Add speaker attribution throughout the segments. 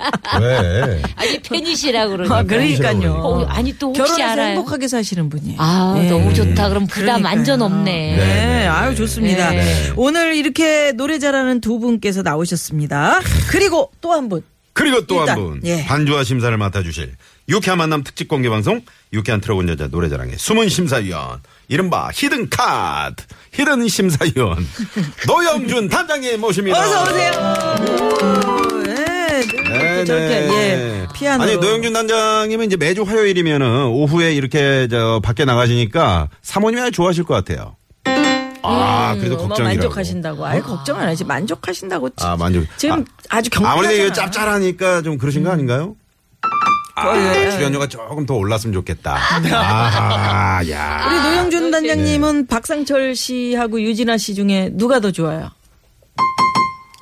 Speaker 1: 왜?
Speaker 2: 아니, 팬이시라고
Speaker 3: 아,
Speaker 2: 그러니까.
Speaker 3: 그러니까요.
Speaker 2: 어, 아니, 또 혹시
Speaker 3: 결혼해서
Speaker 2: 알아요?
Speaker 3: 행복하게 사시는 분이.
Speaker 2: 아,
Speaker 3: 예.
Speaker 2: 너무 좋다. 그럼 그다음
Speaker 3: 그러니까요.
Speaker 2: 완전
Speaker 3: 네,
Speaker 2: 없네.
Speaker 1: 네.
Speaker 3: 아유 좋습니다.
Speaker 2: 네.
Speaker 3: 오늘 이렇게 노래 잘하는 두 분께서 나오셨습니다. 그리고 또 한 분.
Speaker 1: 그리고 또 한
Speaker 3: 일단,
Speaker 1: 분.
Speaker 3: 예.
Speaker 1: 반주와 심사를 맡아주실 유쾌한 만남 특집 공개 방송 유쾌한 트럭 운전자 노래자랑의 숨은 심사위원 이른바 히든 카드 히든 심사위원 노영준 단장님 모십니다.
Speaker 3: 어서 오세요. 오, 네, 이렇게
Speaker 1: 네,
Speaker 3: 저렇게
Speaker 1: 네.
Speaker 3: 예 피아노.
Speaker 1: 아니 노영준 단장님은 이제 매주 화요일이면은 오후에 이렇게 저 밖에 나가시니까 사모님이 아주 좋아하실 것 같아요. 아 그래도
Speaker 3: 뭐
Speaker 1: 걱정이라고. 어?
Speaker 3: 만족하신다고. 아예 걱정 안 하지. 만족하신다고. 지-
Speaker 1: 아 만족.
Speaker 3: 지금 아, 주 경쾌하잖아.
Speaker 1: 아무래도 이거 짭짤하니까 좀 그러신 거 아닌가요? 아,
Speaker 3: 예.
Speaker 1: 출연료가 조금 더 올랐으면 좋겠다. 아, 야.
Speaker 3: 우리 노영준 단장님은 박상철 씨하고 유진아 씨 중에 누가 더 좋아요?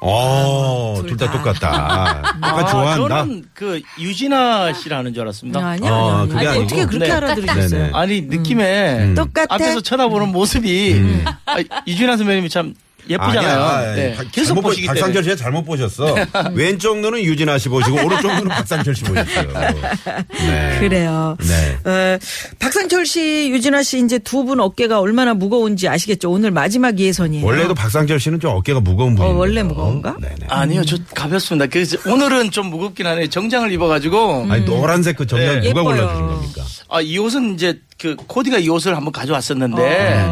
Speaker 1: 어, 둘 다 똑같다. 아까 좋아한다.
Speaker 4: 저는 그 유진아 씨라는 줄 알았습니다.
Speaker 3: 아니야,
Speaker 1: 어,
Speaker 3: 아니야.
Speaker 1: 그게
Speaker 3: 아니,
Speaker 1: 아니고.
Speaker 3: 어떻게 그렇게
Speaker 4: 네.
Speaker 3: 알아들으셨어요?
Speaker 1: 네네.
Speaker 4: 아니 느낌에
Speaker 1: 음.
Speaker 3: 똑같아.
Speaker 4: 앞에서 쳐다보는 모습이 아, 유진아 선배님이 참 예쁘잖아요.
Speaker 1: 아니야.
Speaker 4: 네.
Speaker 1: 박-
Speaker 4: 계속
Speaker 1: 잘못 보-
Speaker 4: 보시기 때문에.
Speaker 1: 박상철 씨가 잘못 보셨어. 왼쪽 눈은 유진아 씨 보시고 오른쪽 눈은 박상철 씨 보셨어요. 네.
Speaker 3: 그래요.
Speaker 1: 네.
Speaker 3: 어, 박상철 씨, 유진아 씨 이제 두 분 어깨가 얼마나 무거운지 아시겠죠? 오늘 마지막 예선이에요.
Speaker 1: 원래도 박상철 씨는 좀 어깨가 무거운 분이에요.
Speaker 3: 원래 무거운가?
Speaker 1: 네네.
Speaker 4: 아니요, 저 가볍습니다. 그래서 오늘은 좀 무겁긴 하네. 정장을 입어가지고
Speaker 2: 음.
Speaker 1: 아니 노란색 그 정장
Speaker 4: 네.
Speaker 1: 누가
Speaker 3: 예뻐요.
Speaker 1: 골라주신 겁니까? 어.
Speaker 4: 아, 이 옷은 이제 그 코디가 이 옷을 한번 가져왔었는데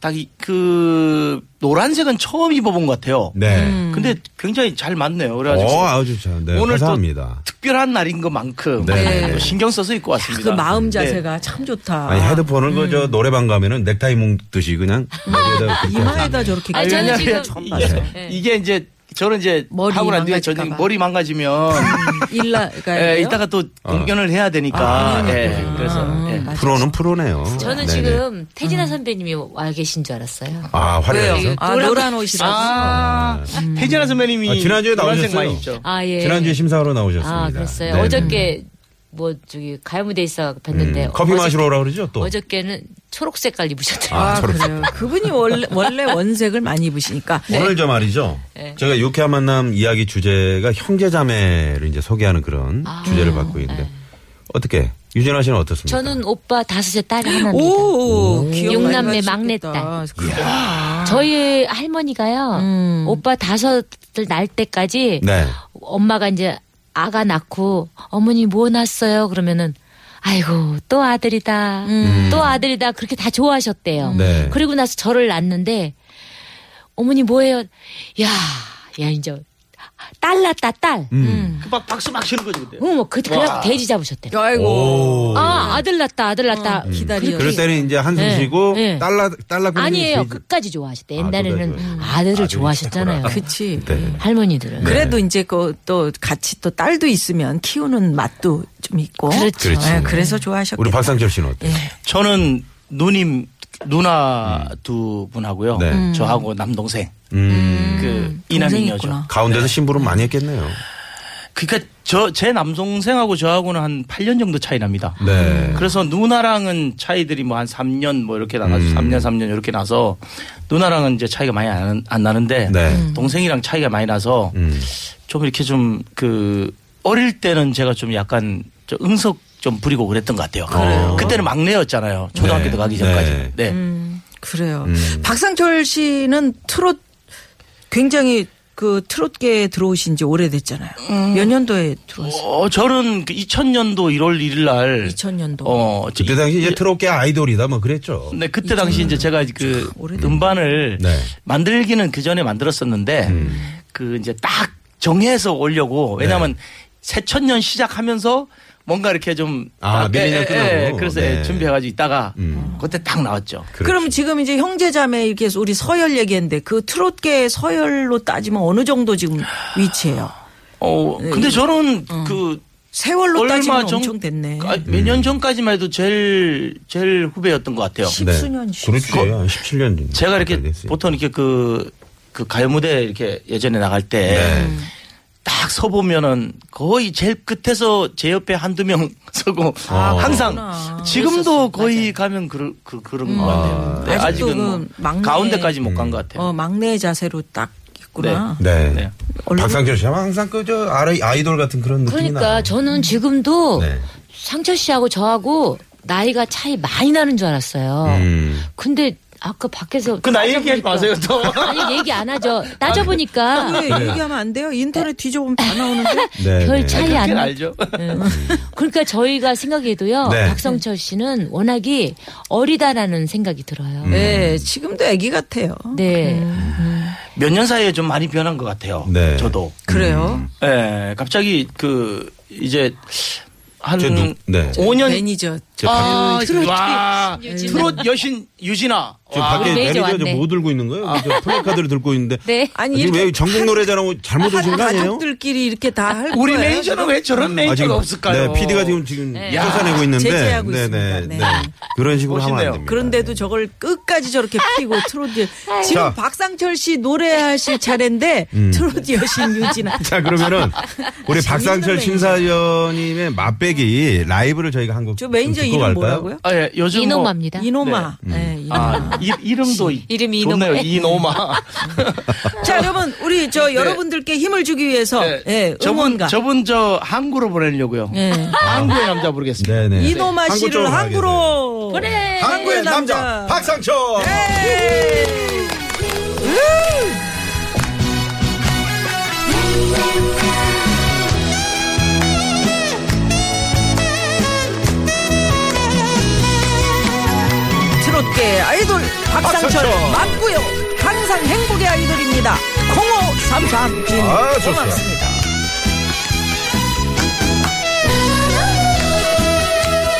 Speaker 4: 딱 그 노란색은 처음 입어본 것 같아요.
Speaker 1: 네.
Speaker 2: 음.
Speaker 3: 음.
Speaker 4: 근데 굉장히 잘 맞네요. 그래가지고
Speaker 1: 어, 아주 참. 네,
Speaker 4: 오늘
Speaker 1: 감사합니다.
Speaker 4: 또 특별한 날인 것만큼
Speaker 1: 네.
Speaker 4: 또 신경 써서 입고 왔습니다.
Speaker 3: 그 마음
Speaker 4: 네.
Speaker 3: 자세가 참 좋다.
Speaker 1: 아니, 헤드폰을
Speaker 2: 음.
Speaker 1: 그저 노래방 가면은 넥타이 묶듯이 그냥 여기에다 그렇게
Speaker 3: 이마에다 저렇게
Speaker 2: 아니,
Speaker 4: 아니,
Speaker 2: 저는 지금
Speaker 4: 왜냐면
Speaker 3: 처음
Speaker 4: 이게-
Speaker 3: 봤어요.
Speaker 2: 네.
Speaker 4: 이게 이제 저는 이제
Speaker 2: 머리
Speaker 4: 하고 난 뒤에
Speaker 2: 망가질까
Speaker 4: 저는
Speaker 2: 봐. 그러니까
Speaker 4: 머리 망가지면
Speaker 3: 음, 일라
Speaker 4: 예,
Speaker 3: 가
Speaker 4: 이따가 또
Speaker 1: 아.
Speaker 4: 공연을 해야 되니까 예,
Speaker 2: 아,
Speaker 4: 그래서 예.
Speaker 1: 프로는 프로네요.
Speaker 2: 저는
Speaker 1: 네네.
Speaker 2: 지금 태진아 선배님이 와 계신 줄 알았어요.
Speaker 1: 아, 화려해서.
Speaker 2: 왜요?
Speaker 3: 아, 노란 옷이라서.
Speaker 4: 아, 태진아 선배님이
Speaker 1: 아, 지난주에
Speaker 4: 노란색
Speaker 1: 나오셨어요.
Speaker 4: 많이 입죠.
Speaker 2: 아 예.
Speaker 1: 지난주에 심사하러 나오셨습니다.
Speaker 2: 아 그랬어요.
Speaker 1: 네.
Speaker 2: 어저께 뭐 저기 가요무대 있어
Speaker 1: 음,
Speaker 2: 뵀는데
Speaker 1: 커피
Speaker 2: 어저께-
Speaker 1: 마시러 오라 그러죠 또.
Speaker 2: 어저께는 초록 색깔 입으셨더라고요.
Speaker 1: 아,
Speaker 3: 아,
Speaker 1: 저렇게.
Speaker 3: 그래요. 그분이 원래, 원래 원색을 많이 입으시니까.
Speaker 1: 오늘 저 말이죠.
Speaker 2: 네.
Speaker 1: 제가 유쾌한 만남 이야기 주제가 형제자매를 이제 소개하는 그런
Speaker 2: 아,
Speaker 1: 주제를 받고 있는데 어떻게 유진아 씨는 어떻습니까?
Speaker 2: 저는 오빠 다섯의 딸이 하나입니다.
Speaker 3: 오, 기억 많이
Speaker 2: 육남매
Speaker 3: 나시겠다.
Speaker 2: 막내딸.
Speaker 3: 그렇구나.
Speaker 2: 저희 할머니가요. 오빠 다섯을 낳을 때까지
Speaker 1: 네.
Speaker 2: 엄마가 이제 아가 낳고 어머니 뭐 낳았어요? 그러면은 아이고 또 아들이다. 또 아들이다. 그렇게 다 좋아하셨대요.
Speaker 1: 음. 네.
Speaker 2: 그리고 나서 저를 낳는데 어머니 뭐예요? 야, 야 이제 딸 낳았다 딸. 음.
Speaker 4: 그 막 박수 막 치는 거죠 그때.
Speaker 2: 어, 뭐 그, 그냥
Speaker 4: 와.
Speaker 2: 돼지 잡으셨대요.
Speaker 3: 아이고.
Speaker 1: 예. 오.
Speaker 2: 아 아들 낳았다 아들 낳았다.
Speaker 3: 기다려.
Speaker 1: 그럴 때는 이제 한숨
Speaker 2: 네.
Speaker 1: 쉬고
Speaker 2: 네.
Speaker 1: 딸라 딸라 부르는
Speaker 2: 아니에요. 그-
Speaker 1: 게 제일-
Speaker 2: 끝까지 좋아하셨대.
Speaker 1: 아,
Speaker 2: 옛날에는
Speaker 1: 끝까지 좋아하셨구나.
Speaker 2: 아들을
Speaker 1: 아들이
Speaker 2: 좋아하셨잖아요.
Speaker 1: 좋구나.
Speaker 3: 그치.
Speaker 1: 네.
Speaker 2: 할머니들은.
Speaker 3: 그래도 이제 그 또 같이 또 딸도 있으면 키우는 맛도 좀 있고.
Speaker 2: 그렇죠.
Speaker 1: 그렇지.
Speaker 3: 예, 그래서 좋아하셨겠다.
Speaker 1: 우리 박상철 씨는 어때요?
Speaker 4: 네. 저는 누님 누나 두 분하고요.
Speaker 1: 음. 네. 음.
Speaker 4: 저하고 남동생
Speaker 1: 음.
Speaker 4: 그
Speaker 3: 동생이
Speaker 4: 이남이녀죠.
Speaker 3: 있구나.
Speaker 1: 가운데서 심부름 많이 했겠네요.
Speaker 4: 그러니까 저 제 남동생하고 저하고는 한 8년 정도 차이 납니다.
Speaker 1: 네.
Speaker 4: 그래서 누나랑은 차이들이 뭐 한 3년 뭐 이렇게 나가서
Speaker 1: 음.
Speaker 4: 3년 3년 이렇게 나서 누나랑은 이제 차이가 많이 안, 안 나는데
Speaker 1: 네. 음.
Speaker 4: 동생이랑 차이가 많이 나서
Speaker 1: 음.
Speaker 4: 좀 이렇게 좀 그 어릴 때는 제가 좀 약간 저 응석 좀 부리고 그랬던 것 같아요. 어.
Speaker 1: 그래요?
Speaker 4: 그때는 막내였잖아요. 초등학교
Speaker 1: 네.
Speaker 4: 들어가기 전까지.
Speaker 1: 네.
Speaker 4: 네.
Speaker 3: 음. 그래요.
Speaker 1: 음.
Speaker 3: 박상철 씨는 트롯 굉장히 그 트롯계에 들어오신 지 오래됐잖아요.
Speaker 2: 음.
Speaker 3: 몇 년도에 들어오셨어요?
Speaker 4: 어, 저는 그 2000년도 1월 1일 날
Speaker 3: 2000년도.
Speaker 4: 어, 저-
Speaker 1: 그때 당시 이제 트롯계 아이돌이다 뭐 그랬죠.
Speaker 4: 네, 그때 당시 이제 제가 그
Speaker 3: 오래됐네.
Speaker 4: 음반을
Speaker 1: 네. 음.
Speaker 4: 만들기는 그 전에 만들었었는데 그 이제 딱 정해서 오려고
Speaker 1: 네.
Speaker 4: 왜냐하면 새천년 시작하면서 뭔가 이렇게 좀
Speaker 1: 아,
Speaker 4: 딱-
Speaker 1: 밀리는
Speaker 4: 예,
Speaker 1: 끝나고.
Speaker 4: 예, 예, 그래서
Speaker 1: 네.
Speaker 4: 준비해가지고 있다가
Speaker 1: 음.
Speaker 4: 그때 딱 나왔죠.
Speaker 1: 그렇죠.
Speaker 3: 그럼 지금 이제 형제자매 이렇게 해서 우리 서열 얘기했는데 그 트롯계 서열로 따지면 어느 정도 지금 위치예요?
Speaker 4: 어, 근데 저는 그
Speaker 3: 세월로 네.
Speaker 4: 얼마 아,
Speaker 3: 따지면
Speaker 4: 전
Speaker 3: 엄청 됐네.
Speaker 1: 음.
Speaker 4: 몇년 전까지만 해도 제일 제일 후배였던 것 같아요.
Speaker 3: 십수년 씩.
Speaker 1: 그렇죠. 17년 전.
Speaker 4: 제가 이렇게 보통 이렇게 그, 그 가요 무대 이렇게 예전에 나갈 때 딱
Speaker 1: 네.
Speaker 4: 서보면은 거의 제일 끝에서 제 옆에 한두 명 서고
Speaker 1: 아,
Speaker 4: 항상 지금도 거의 가면 그, 그, 그런 것 같아요. 네,
Speaker 3: 음. 아직도
Speaker 4: 아직은 뭐
Speaker 3: 그 막내-
Speaker 4: 가운데까지 못
Speaker 1: 음.
Speaker 4: 간 것 같아요.
Speaker 3: 어, 막내 자세로 딱 있구나.
Speaker 1: 네.
Speaker 4: 네.
Speaker 3: 얼굴-
Speaker 1: 박상철 씨는 항상 그저 아이돌 같은 그런 느낌이
Speaker 2: 그러니까
Speaker 1: 나요.
Speaker 2: 저는 지금도
Speaker 1: 네.
Speaker 2: 상철 씨하고 저하고 나이가 차이 많이 나는 줄 알았어요.
Speaker 1: 음.
Speaker 2: 근데 아까 밖에서
Speaker 4: 그 나이
Speaker 2: 따져보니까-
Speaker 4: 얘기하지 마세요, 아, 그 또.
Speaker 2: 아니 얘기 안 하죠. 따져보니까
Speaker 3: 왜
Speaker 4: 네.
Speaker 3: 얘기하면 안 돼요? 인터넷 뒤져보면 다
Speaker 4: 음.
Speaker 3: 나오는데.
Speaker 1: 네,
Speaker 2: 별
Speaker 1: 네.
Speaker 2: 차이 안
Speaker 4: 그건
Speaker 2: 나.
Speaker 4: 알죠.
Speaker 2: 그러니까 저희가 생각해도요.
Speaker 1: 네.
Speaker 2: 박성철 씨는 워낙이 어리다라는 생각이 들어요.
Speaker 1: 음.
Speaker 3: 네, 지금도 애기 같아요.
Speaker 2: 네.
Speaker 4: 음. 몇 년 사이에 좀 많이 변한 것 같아요.
Speaker 1: 네.
Speaker 4: 저도.
Speaker 3: 그래요.
Speaker 4: 예, 갑자기 그, 이제 한
Speaker 1: 저 누- 네.
Speaker 4: 5년
Speaker 3: 매니저.
Speaker 1: 저
Speaker 4: 아, 트롯, 와, 트롯 여신 유진아.
Speaker 1: 지금
Speaker 4: 와.
Speaker 1: 밖에
Speaker 2: 우리 매니저
Speaker 1: 매니저가 지금
Speaker 2: 왔네.
Speaker 1: 뭐 들고 있는 거예요? 저 플래카드를 들고 있는데.
Speaker 2: 네.
Speaker 3: 아니,
Speaker 1: 지금
Speaker 3: 이렇게
Speaker 1: 왜 전국 노래자랑 잘못 오신 거 아니에요?
Speaker 3: 가족들끼리 이렇게 다 할 거예요.
Speaker 4: 우리 매니저는 왜 저런 매니저가
Speaker 1: 아, 지금-
Speaker 4: 없을까요?
Speaker 1: 네, PD가 지금 지금
Speaker 2: 네.
Speaker 1: 쫓아내고 있는데.
Speaker 3: 제재하고 있습니다. 네.
Speaker 1: 그런 식으로 하면 안
Speaker 4: 멋있네요.
Speaker 1: 됩니다.
Speaker 3: 그런데도 저걸 끝까지 저렇게 피고 트로트 지금
Speaker 1: 자.
Speaker 3: 박상철 씨 노래하실 차례인데
Speaker 4: 음.
Speaker 3: 트로트 여신 유진아
Speaker 1: 자 그러면은 우리 박상철
Speaker 3: 매니저.
Speaker 1: 심사위원님의 맛배기 라이브를 저희가 한곡
Speaker 3: 저 매니저 이름 뭐라고요?
Speaker 4: 아, 예, 요즘 뭐-
Speaker 2: 이놈합니다.
Speaker 3: 이노마. 네, 이노마.
Speaker 4: 아, 이, 이름도
Speaker 2: 이름이
Speaker 4: 좋네요.
Speaker 2: 이놈아.
Speaker 4: 이노마. 아.
Speaker 3: 자 여러분 우리 저 여러분들께 힘을 주기 위해서 예,
Speaker 4: 네. 저분
Speaker 3: 응원가
Speaker 4: 저분 저 항구로 보내려고요.
Speaker 3: 예.
Speaker 4: 항구의 남자 부르겠습니다.
Speaker 1: 네네.
Speaker 3: 이노마
Speaker 1: 한국
Speaker 3: 씨를
Speaker 1: 쪽으로 네,
Speaker 3: 항구로
Speaker 2: 그래.
Speaker 1: 한국의 남자,
Speaker 3: 남자. 네.
Speaker 1: 박상철.
Speaker 3: 트롯계 아이돌 박상철. 감사합니다. 0533 주인님
Speaker 1: 아, 좋습니다.
Speaker 3: 고맙습니다.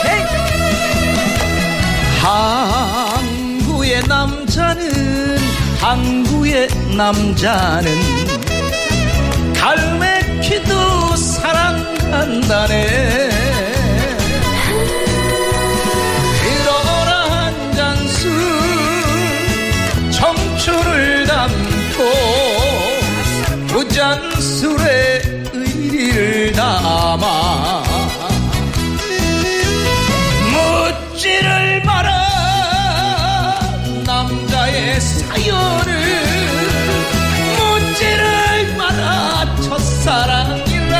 Speaker 3: 네.
Speaker 4: 항구의 남자는 항구의 남자는 갈매기도 사랑한다네 그러나 한 잔술 청춘을 담고 무잔술에 의리를 담아 묻지를 마라 남자의 사연을 묻지를 마라 첫사랑이라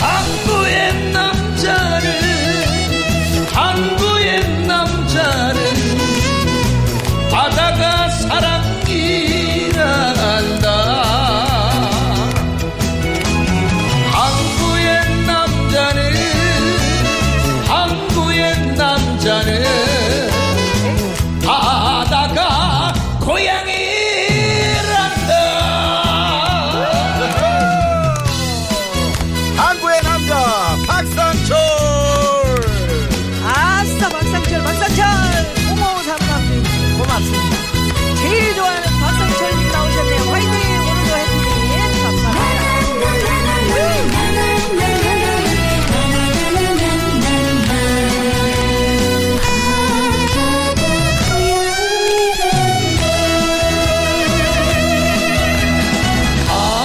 Speaker 4: 한국의 남자는 한국의 남자는 바다가 사랑이라 한다 항구의 남자는 항구의 남자는 바다가 고향이란다
Speaker 1: 한국의 남자 박상철
Speaker 3: 아싸 박상철 박상철 0533 주인님 고맙습니다. 제일 좋아하는 박상철님 나오셨네요. 화이팅 오늘도 해피님
Speaker 1: 네.
Speaker 3: 감사합니다.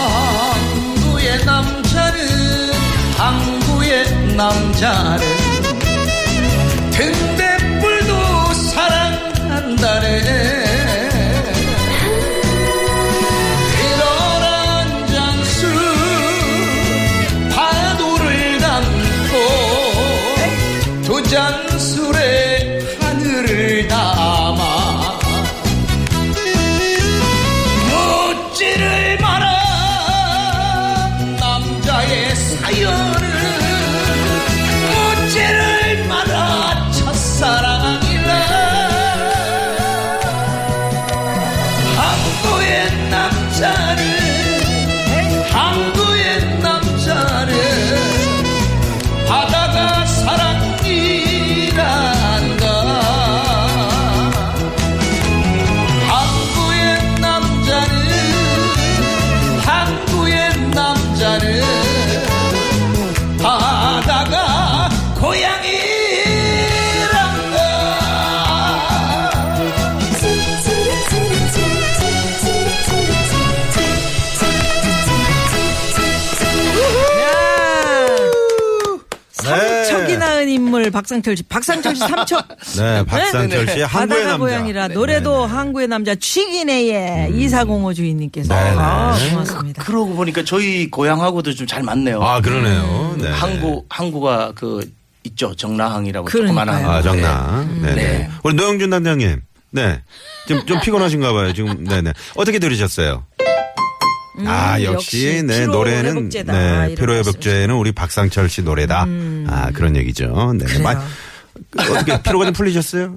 Speaker 4: 항구의 남자는 항구의 남자는 등대불도 사랑한다네 그런 잔수 파도를 담고 두 잔술에 하늘을 담아 묻지를 마라 남자의 사연을 묻지를 마라 첫사랑이라 항구의 남자를 항구의 남자를 바다가 사랑이란다 항구의 남자는 항구의 남자는 바다가 고향이란다
Speaker 3: 삼척이 낳은 인물 박상철 씨 박상철 씨 삼척
Speaker 1: 네, 박상철 씨의 한국의
Speaker 3: 바다가
Speaker 1: 남자. 네.
Speaker 3: 고향이라 노래도 한국의 남자 취기네의 2405 주인님께서
Speaker 1: 음. 네, 네.
Speaker 3: 아, 고맙습니다.
Speaker 4: 그러고 보니까 저희 고향하고도 좀 잘 맞네요
Speaker 1: 아, 그러네요. 네.
Speaker 4: 항구 항구가 그 있죠 정라항이라고
Speaker 3: 그러니까요.
Speaker 4: 조그만한 항구.
Speaker 1: 아, 정나.
Speaker 3: 음.
Speaker 1: 네. 네.
Speaker 4: 네.
Speaker 1: 우리 노영준 단장님. 네. 지금 좀 피곤하신가 봐요. 지금 네네. 어떻게 들으셨어요? 아, 역시,
Speaker 3: 음, 역시
Speaker 1: 네,
Speaker 3: 피로
Speaker 1: 노래는,
Speaker 3: 회복제다. 아,
Speaker 1: 네,
Speaker 3: 이런 음.
Speaker 1: 피로회복제는 우리 박상철 씨 노래다. 아, 그런 얘기죠. 네. 네. 많이- 어떻게 피로가 좀 풀리셨어요?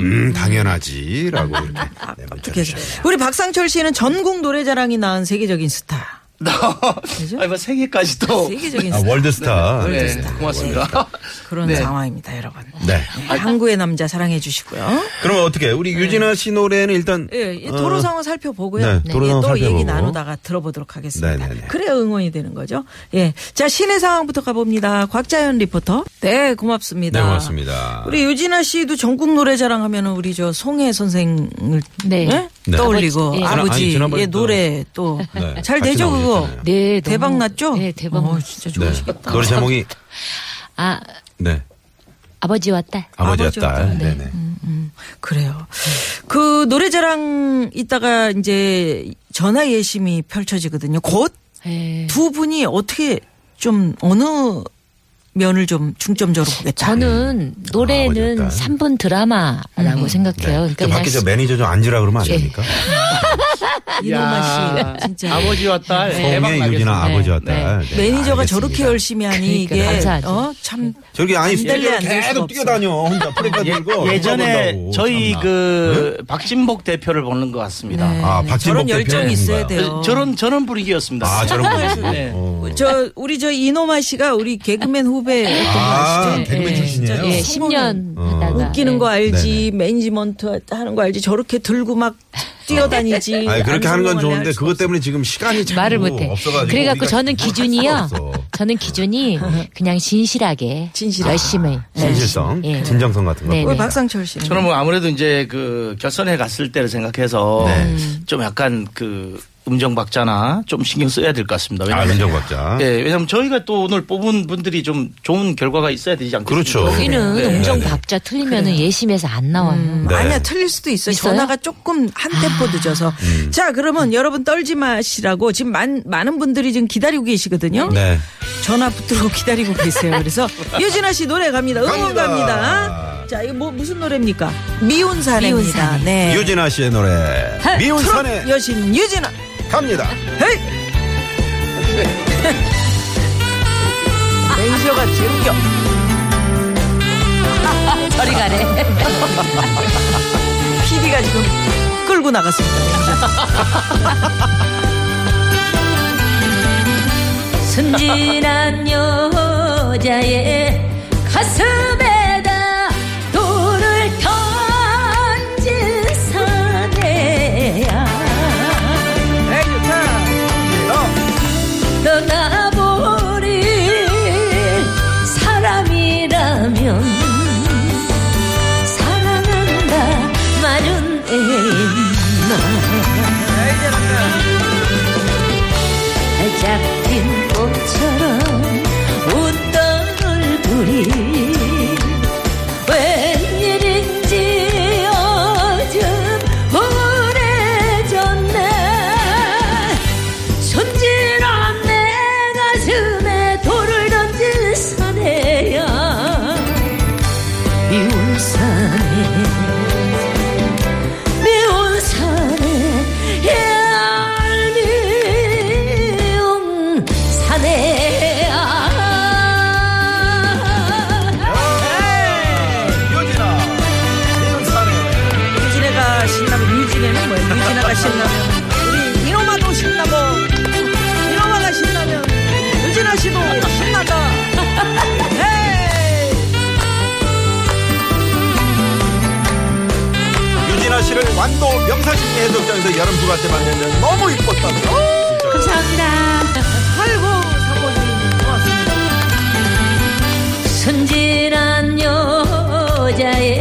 Speaker 1: 음, 당연하지. 라고 이렇게. 네, 문자
Speaker 3: 그래서
Speaker 1: 주셨네요.
Speaker 3: 아, 우리 박상철 씨는 전국 노래자랑이 낳은 세계적인 스타.
Speaker 4: 네. 아니 뭐 세계까지도
Speaker 3: 세계적인
Speaker 1: 아,
Speaker 3: 스타
Speaker 1: 월드스타. 네.
Speaker 4: 네, 고맙습니다
Speaker 3: 그런 상황입니다, 여러분.
Speaker 1: 네.
Speaker 3: 한국의 남자 사랑해 주시고요.
Speaker 1: 그러면 어떻게, 우리 유진아 씨 노래는 일단.
Speaker 3: 네. 예, 이 도로
Speaker 1: 어,
Speaker 3: 상황 살펴보고요.
Speaker 1: 네, 도로 상황
Speaker 3: 예, 또
Speaker 1: 살펴보고.
Speaker 3: 얘기 나누다가 들어보도록 하겠습니다.
Speaker 1: 네, 네, 네.
Speaker 3: 그래야 응원이 되는 거죠. 예, 자 시내 상황부터 가봅니다. 곽자연 리포터. 네, 고맙습니다.
Speaker 1: 네, 고맙습니다.
Speaker 3: 우리 유진아 씨도 전국 노래자랑 하면은 우리 저 송혜 선생을
Speaker 2: 네.
Speaker 3: 예?
Speaker 1: 네.
Speaker 3: 떠올리고
Speaker 2: 아버지, 예.
Speaker 1: 지난- 아니,
Speaker 3: 아버지의
Speaker 1: 지난번에 또-
Speaker 3: 노래 또
Speaker 1: 네,
Speaker 3: 잘
Speaker 1: 같이
Speaker 3: 되죠 그거.
Speaker 1: 나오셨잖아요.
Speaker 2: 네, 너무-
Speaker 3: 대박 났죠?
Speaker 2: 네, 대박
Speaker 3: 어,
Speaker 2: 났어요.
Speaker 3: 진짜
Speaker 1: 네.
Speaker 3: 좋으시겠다.
Speaker 1: 노래 제목이,
Speaker 2: 아,
Speaker 1: 네.
Speaker 2: 아버지와 딸.
Speaker 1: 아버지와
Speaker 3: 아버지와 딸.
Speaker 1: 딸. 네. 네
Speaker 3: 그래요. 그 노래자랑 있다가 이제 전화 예심이 펼쳐지거든요. 곧 네. 두
Speaker 2: 예.
Speaker 3: 분이 어떻게 좀 어느 면을 좀 중점적으로 보겠다.
Speaker 2: 저는
Speaker 1: 음. 아버지와 음.
Speaker 2: 노래는
Speaker 1: 딸.
Speaker 2: 삼 3분 드라마라고 생각해요. 그러니까
Speaker 1: 네. 저
Speaker 2: 그냥
Speaker 3: 예.
Speaker 1: 밖에 저 매니저 좀 앉으라 그러면 안 됩니까?
Speaker 3: 아, 이놈아
Speaker 4: 네,
Speaker 3: 씨. 진짜.
Speaker 4: 아버지와 딸 대박
Speaker 1: 성의 유진아
Speaker 4: 나겠습니다.
Speaker 1: 아버지와
Speaker 3: 네.
Speaker 1: 딸. 네,
Speaker 3: 매니저가
Speaker 1: 알겠습니다.
Speaker 3: 저렇게 열심히 하니
Speaker 5: 그러니까,
Speaker 3: 이게
Speaker 5: 감사하지.
Speaker 3: 어? 참
Speaker 1: 저기 아니
Speaker 3: 안
Speaker 1: 스튜디오를
Speaker 3: 될래, 안될 수가
Speaker 1: 계속
Speaker 3: 없어.
Speaker 1: 뛰어다녀 혼자 프레카 들고
Speaker 4: 예, 전에
Speaker 1: 혼자
Speaker 4: 저희
Speaker 1: 본다고, 네?
Speaker 4: 그 박진복 대표를 보는 것 같습니다.
Speaker 3: 네.
Speaker 1: 아, 박진복
Speaker 3: 저런
Speaker 1: 대표의
Speaker 3: 열정이 있어야
Speaker 1: 뭔가요?
Speaker 3: 돼요.
Speaker 4: 저런 저런 분위기였습니다.
Speaker 1: 참나. 아 저런 분이군요.
Speaker 4: 네.
Speaker 1: 어.
Speaker 3: 저 우리 저 이노마 씨가 우리 개그맨 후배였던 거
Speaker 1: 아
Speaker 3: 네. 아시죠?
Speaker 1: 개그맨
Speaker 3: 예.
Speaker 1: 출신이에요. 어.
Speaker 5: 예,
Speaker 3: 십
Speaker 5: 10년 하다가
Speaker 3: 웃기는
Speaker 5: 예.
Speaker 3: 거
Speaker 1: 네,
Speaker 3: 알지, 매니지먼트 하는 거 알지, 저렇게 들고 막 뛰어다니지.
Speaker 1: 아니 그렇게
Speaker 3: 안
Speaker 1: 하는 건
Speaker 3: 성공하네
Speaker 1: 좋은데
Speaker 3: 할 수가
Speaker 1: 그것 때문에 지금 시간이 자꾸
Speaker 5: 예. 말을 못해.
Speaker 1: 없어가지고
Speaker 5: 그래갖고
Speaker 1: 우리가
Speaker 5: 저는
Speaker 1: 할 수가
Speaker 5: 기준이요.
Speaker 1: 없어.
Speaker 5: 저는 기준이 그냥 진실하게,
Speaker 3: 진실하게.
Speaker 5: 열심히,
Speaker 3: 네.
Speaker 1: 진실성,
Speaker 5: 예.
Speaker 1: 진정성 같은 거.
Speaker 5: 네,
Speaker 3: 없어요.
Speaker 5: 네.
Speaker 3: 우리 박상철 씨.
Speaker 4: 저는 뭐 아무래도 이제 그 결선에 갔을 때를 생각해서
Speaker 1: 네.
Speaker 4: 좀 약간 그 음정 박자나 좀 신경 써야 될 것 같습니다.
Speaker 1: 아
Speaker 4: 왜냐면
Speaker 1: 민정박자.
Speaker 3: 네.
Speaker 4: 예, 왜냐면 저희가 또 오늘 뽑은 분들이 좀 좋은 결과가 있어야 되지 않겠습니까?
Speaker 1: 그렇죠.
Speaker 5: 여기는
Speaker 4: 네.
Speaker 5: 음정 박자 틀리면 은 예심에서 안 나와요.
Speaker 1: 네.
Speaker 3: 음, 아니야 틀릴 수도 있어. 요
Speaker 5: 있어요?
Speaker 3: 전화가 조금 한 템포 늦어서.
Speaker 1: 음.
Speaker 3: 자 그러면 여러분 떨지 마시라고 지금 많, 많은 분들이 지금 기다리고 계시거든요.
Speaker 1: 네.
Speaker 3: 전화 붙들고 기다리고 계세요. 그래서 유진아 씨 노래 갑니다. 응원
Speaker 1: 갑니다.
Speaker 3: 갑니다. 자 이거 뭐 무슨 노래입니까? 미운 사내입니다.
Speaker 5: 미운 사내.
Speaker 3: 네.
Speaker 1: 유진아 씨의 노래 미운
Speaker 3: 트롯
Speaker 1: 산에
Speaker 3: 여신 유진아.
Speaker 1: 갑니다.
Speaker 3: 헤이. 매니저가 즐겨.
Speaker 5: 저리 가래.
Speaker 3: PD가 지금 끌고 나갔습니다.
Speaker 5: 순진한 여자의 가슴에다 돌을 던진 사내야
Speaker 3: 에이 좋다.
Speaker 5: 떠나버릴 사람이라면 사랑한다 말은 했나 잡힌 봄처럼 웃던 얼굴이 웬일인지 어둠 우울해졌네 손질한 내 가슴에 돌을 던질 사내야 미운 사내 미운 사내야 미운 사내야
Speaker 3: 유진애가 신나고 유진애는 뭐야? 유진애가 신나면 우리 이노마도 신나고 이노마가 신나면 유진아 씨도 신나다. 헤이!
Speaker 1: 유진아 씨를 완도 명사신 해독장에서 여름휴가 때 만났는데 너무 이뻤다고요.
Speaker 3: 아이고 사모님 고맙습니다.
Speaker 5: 순진한 여자의 아.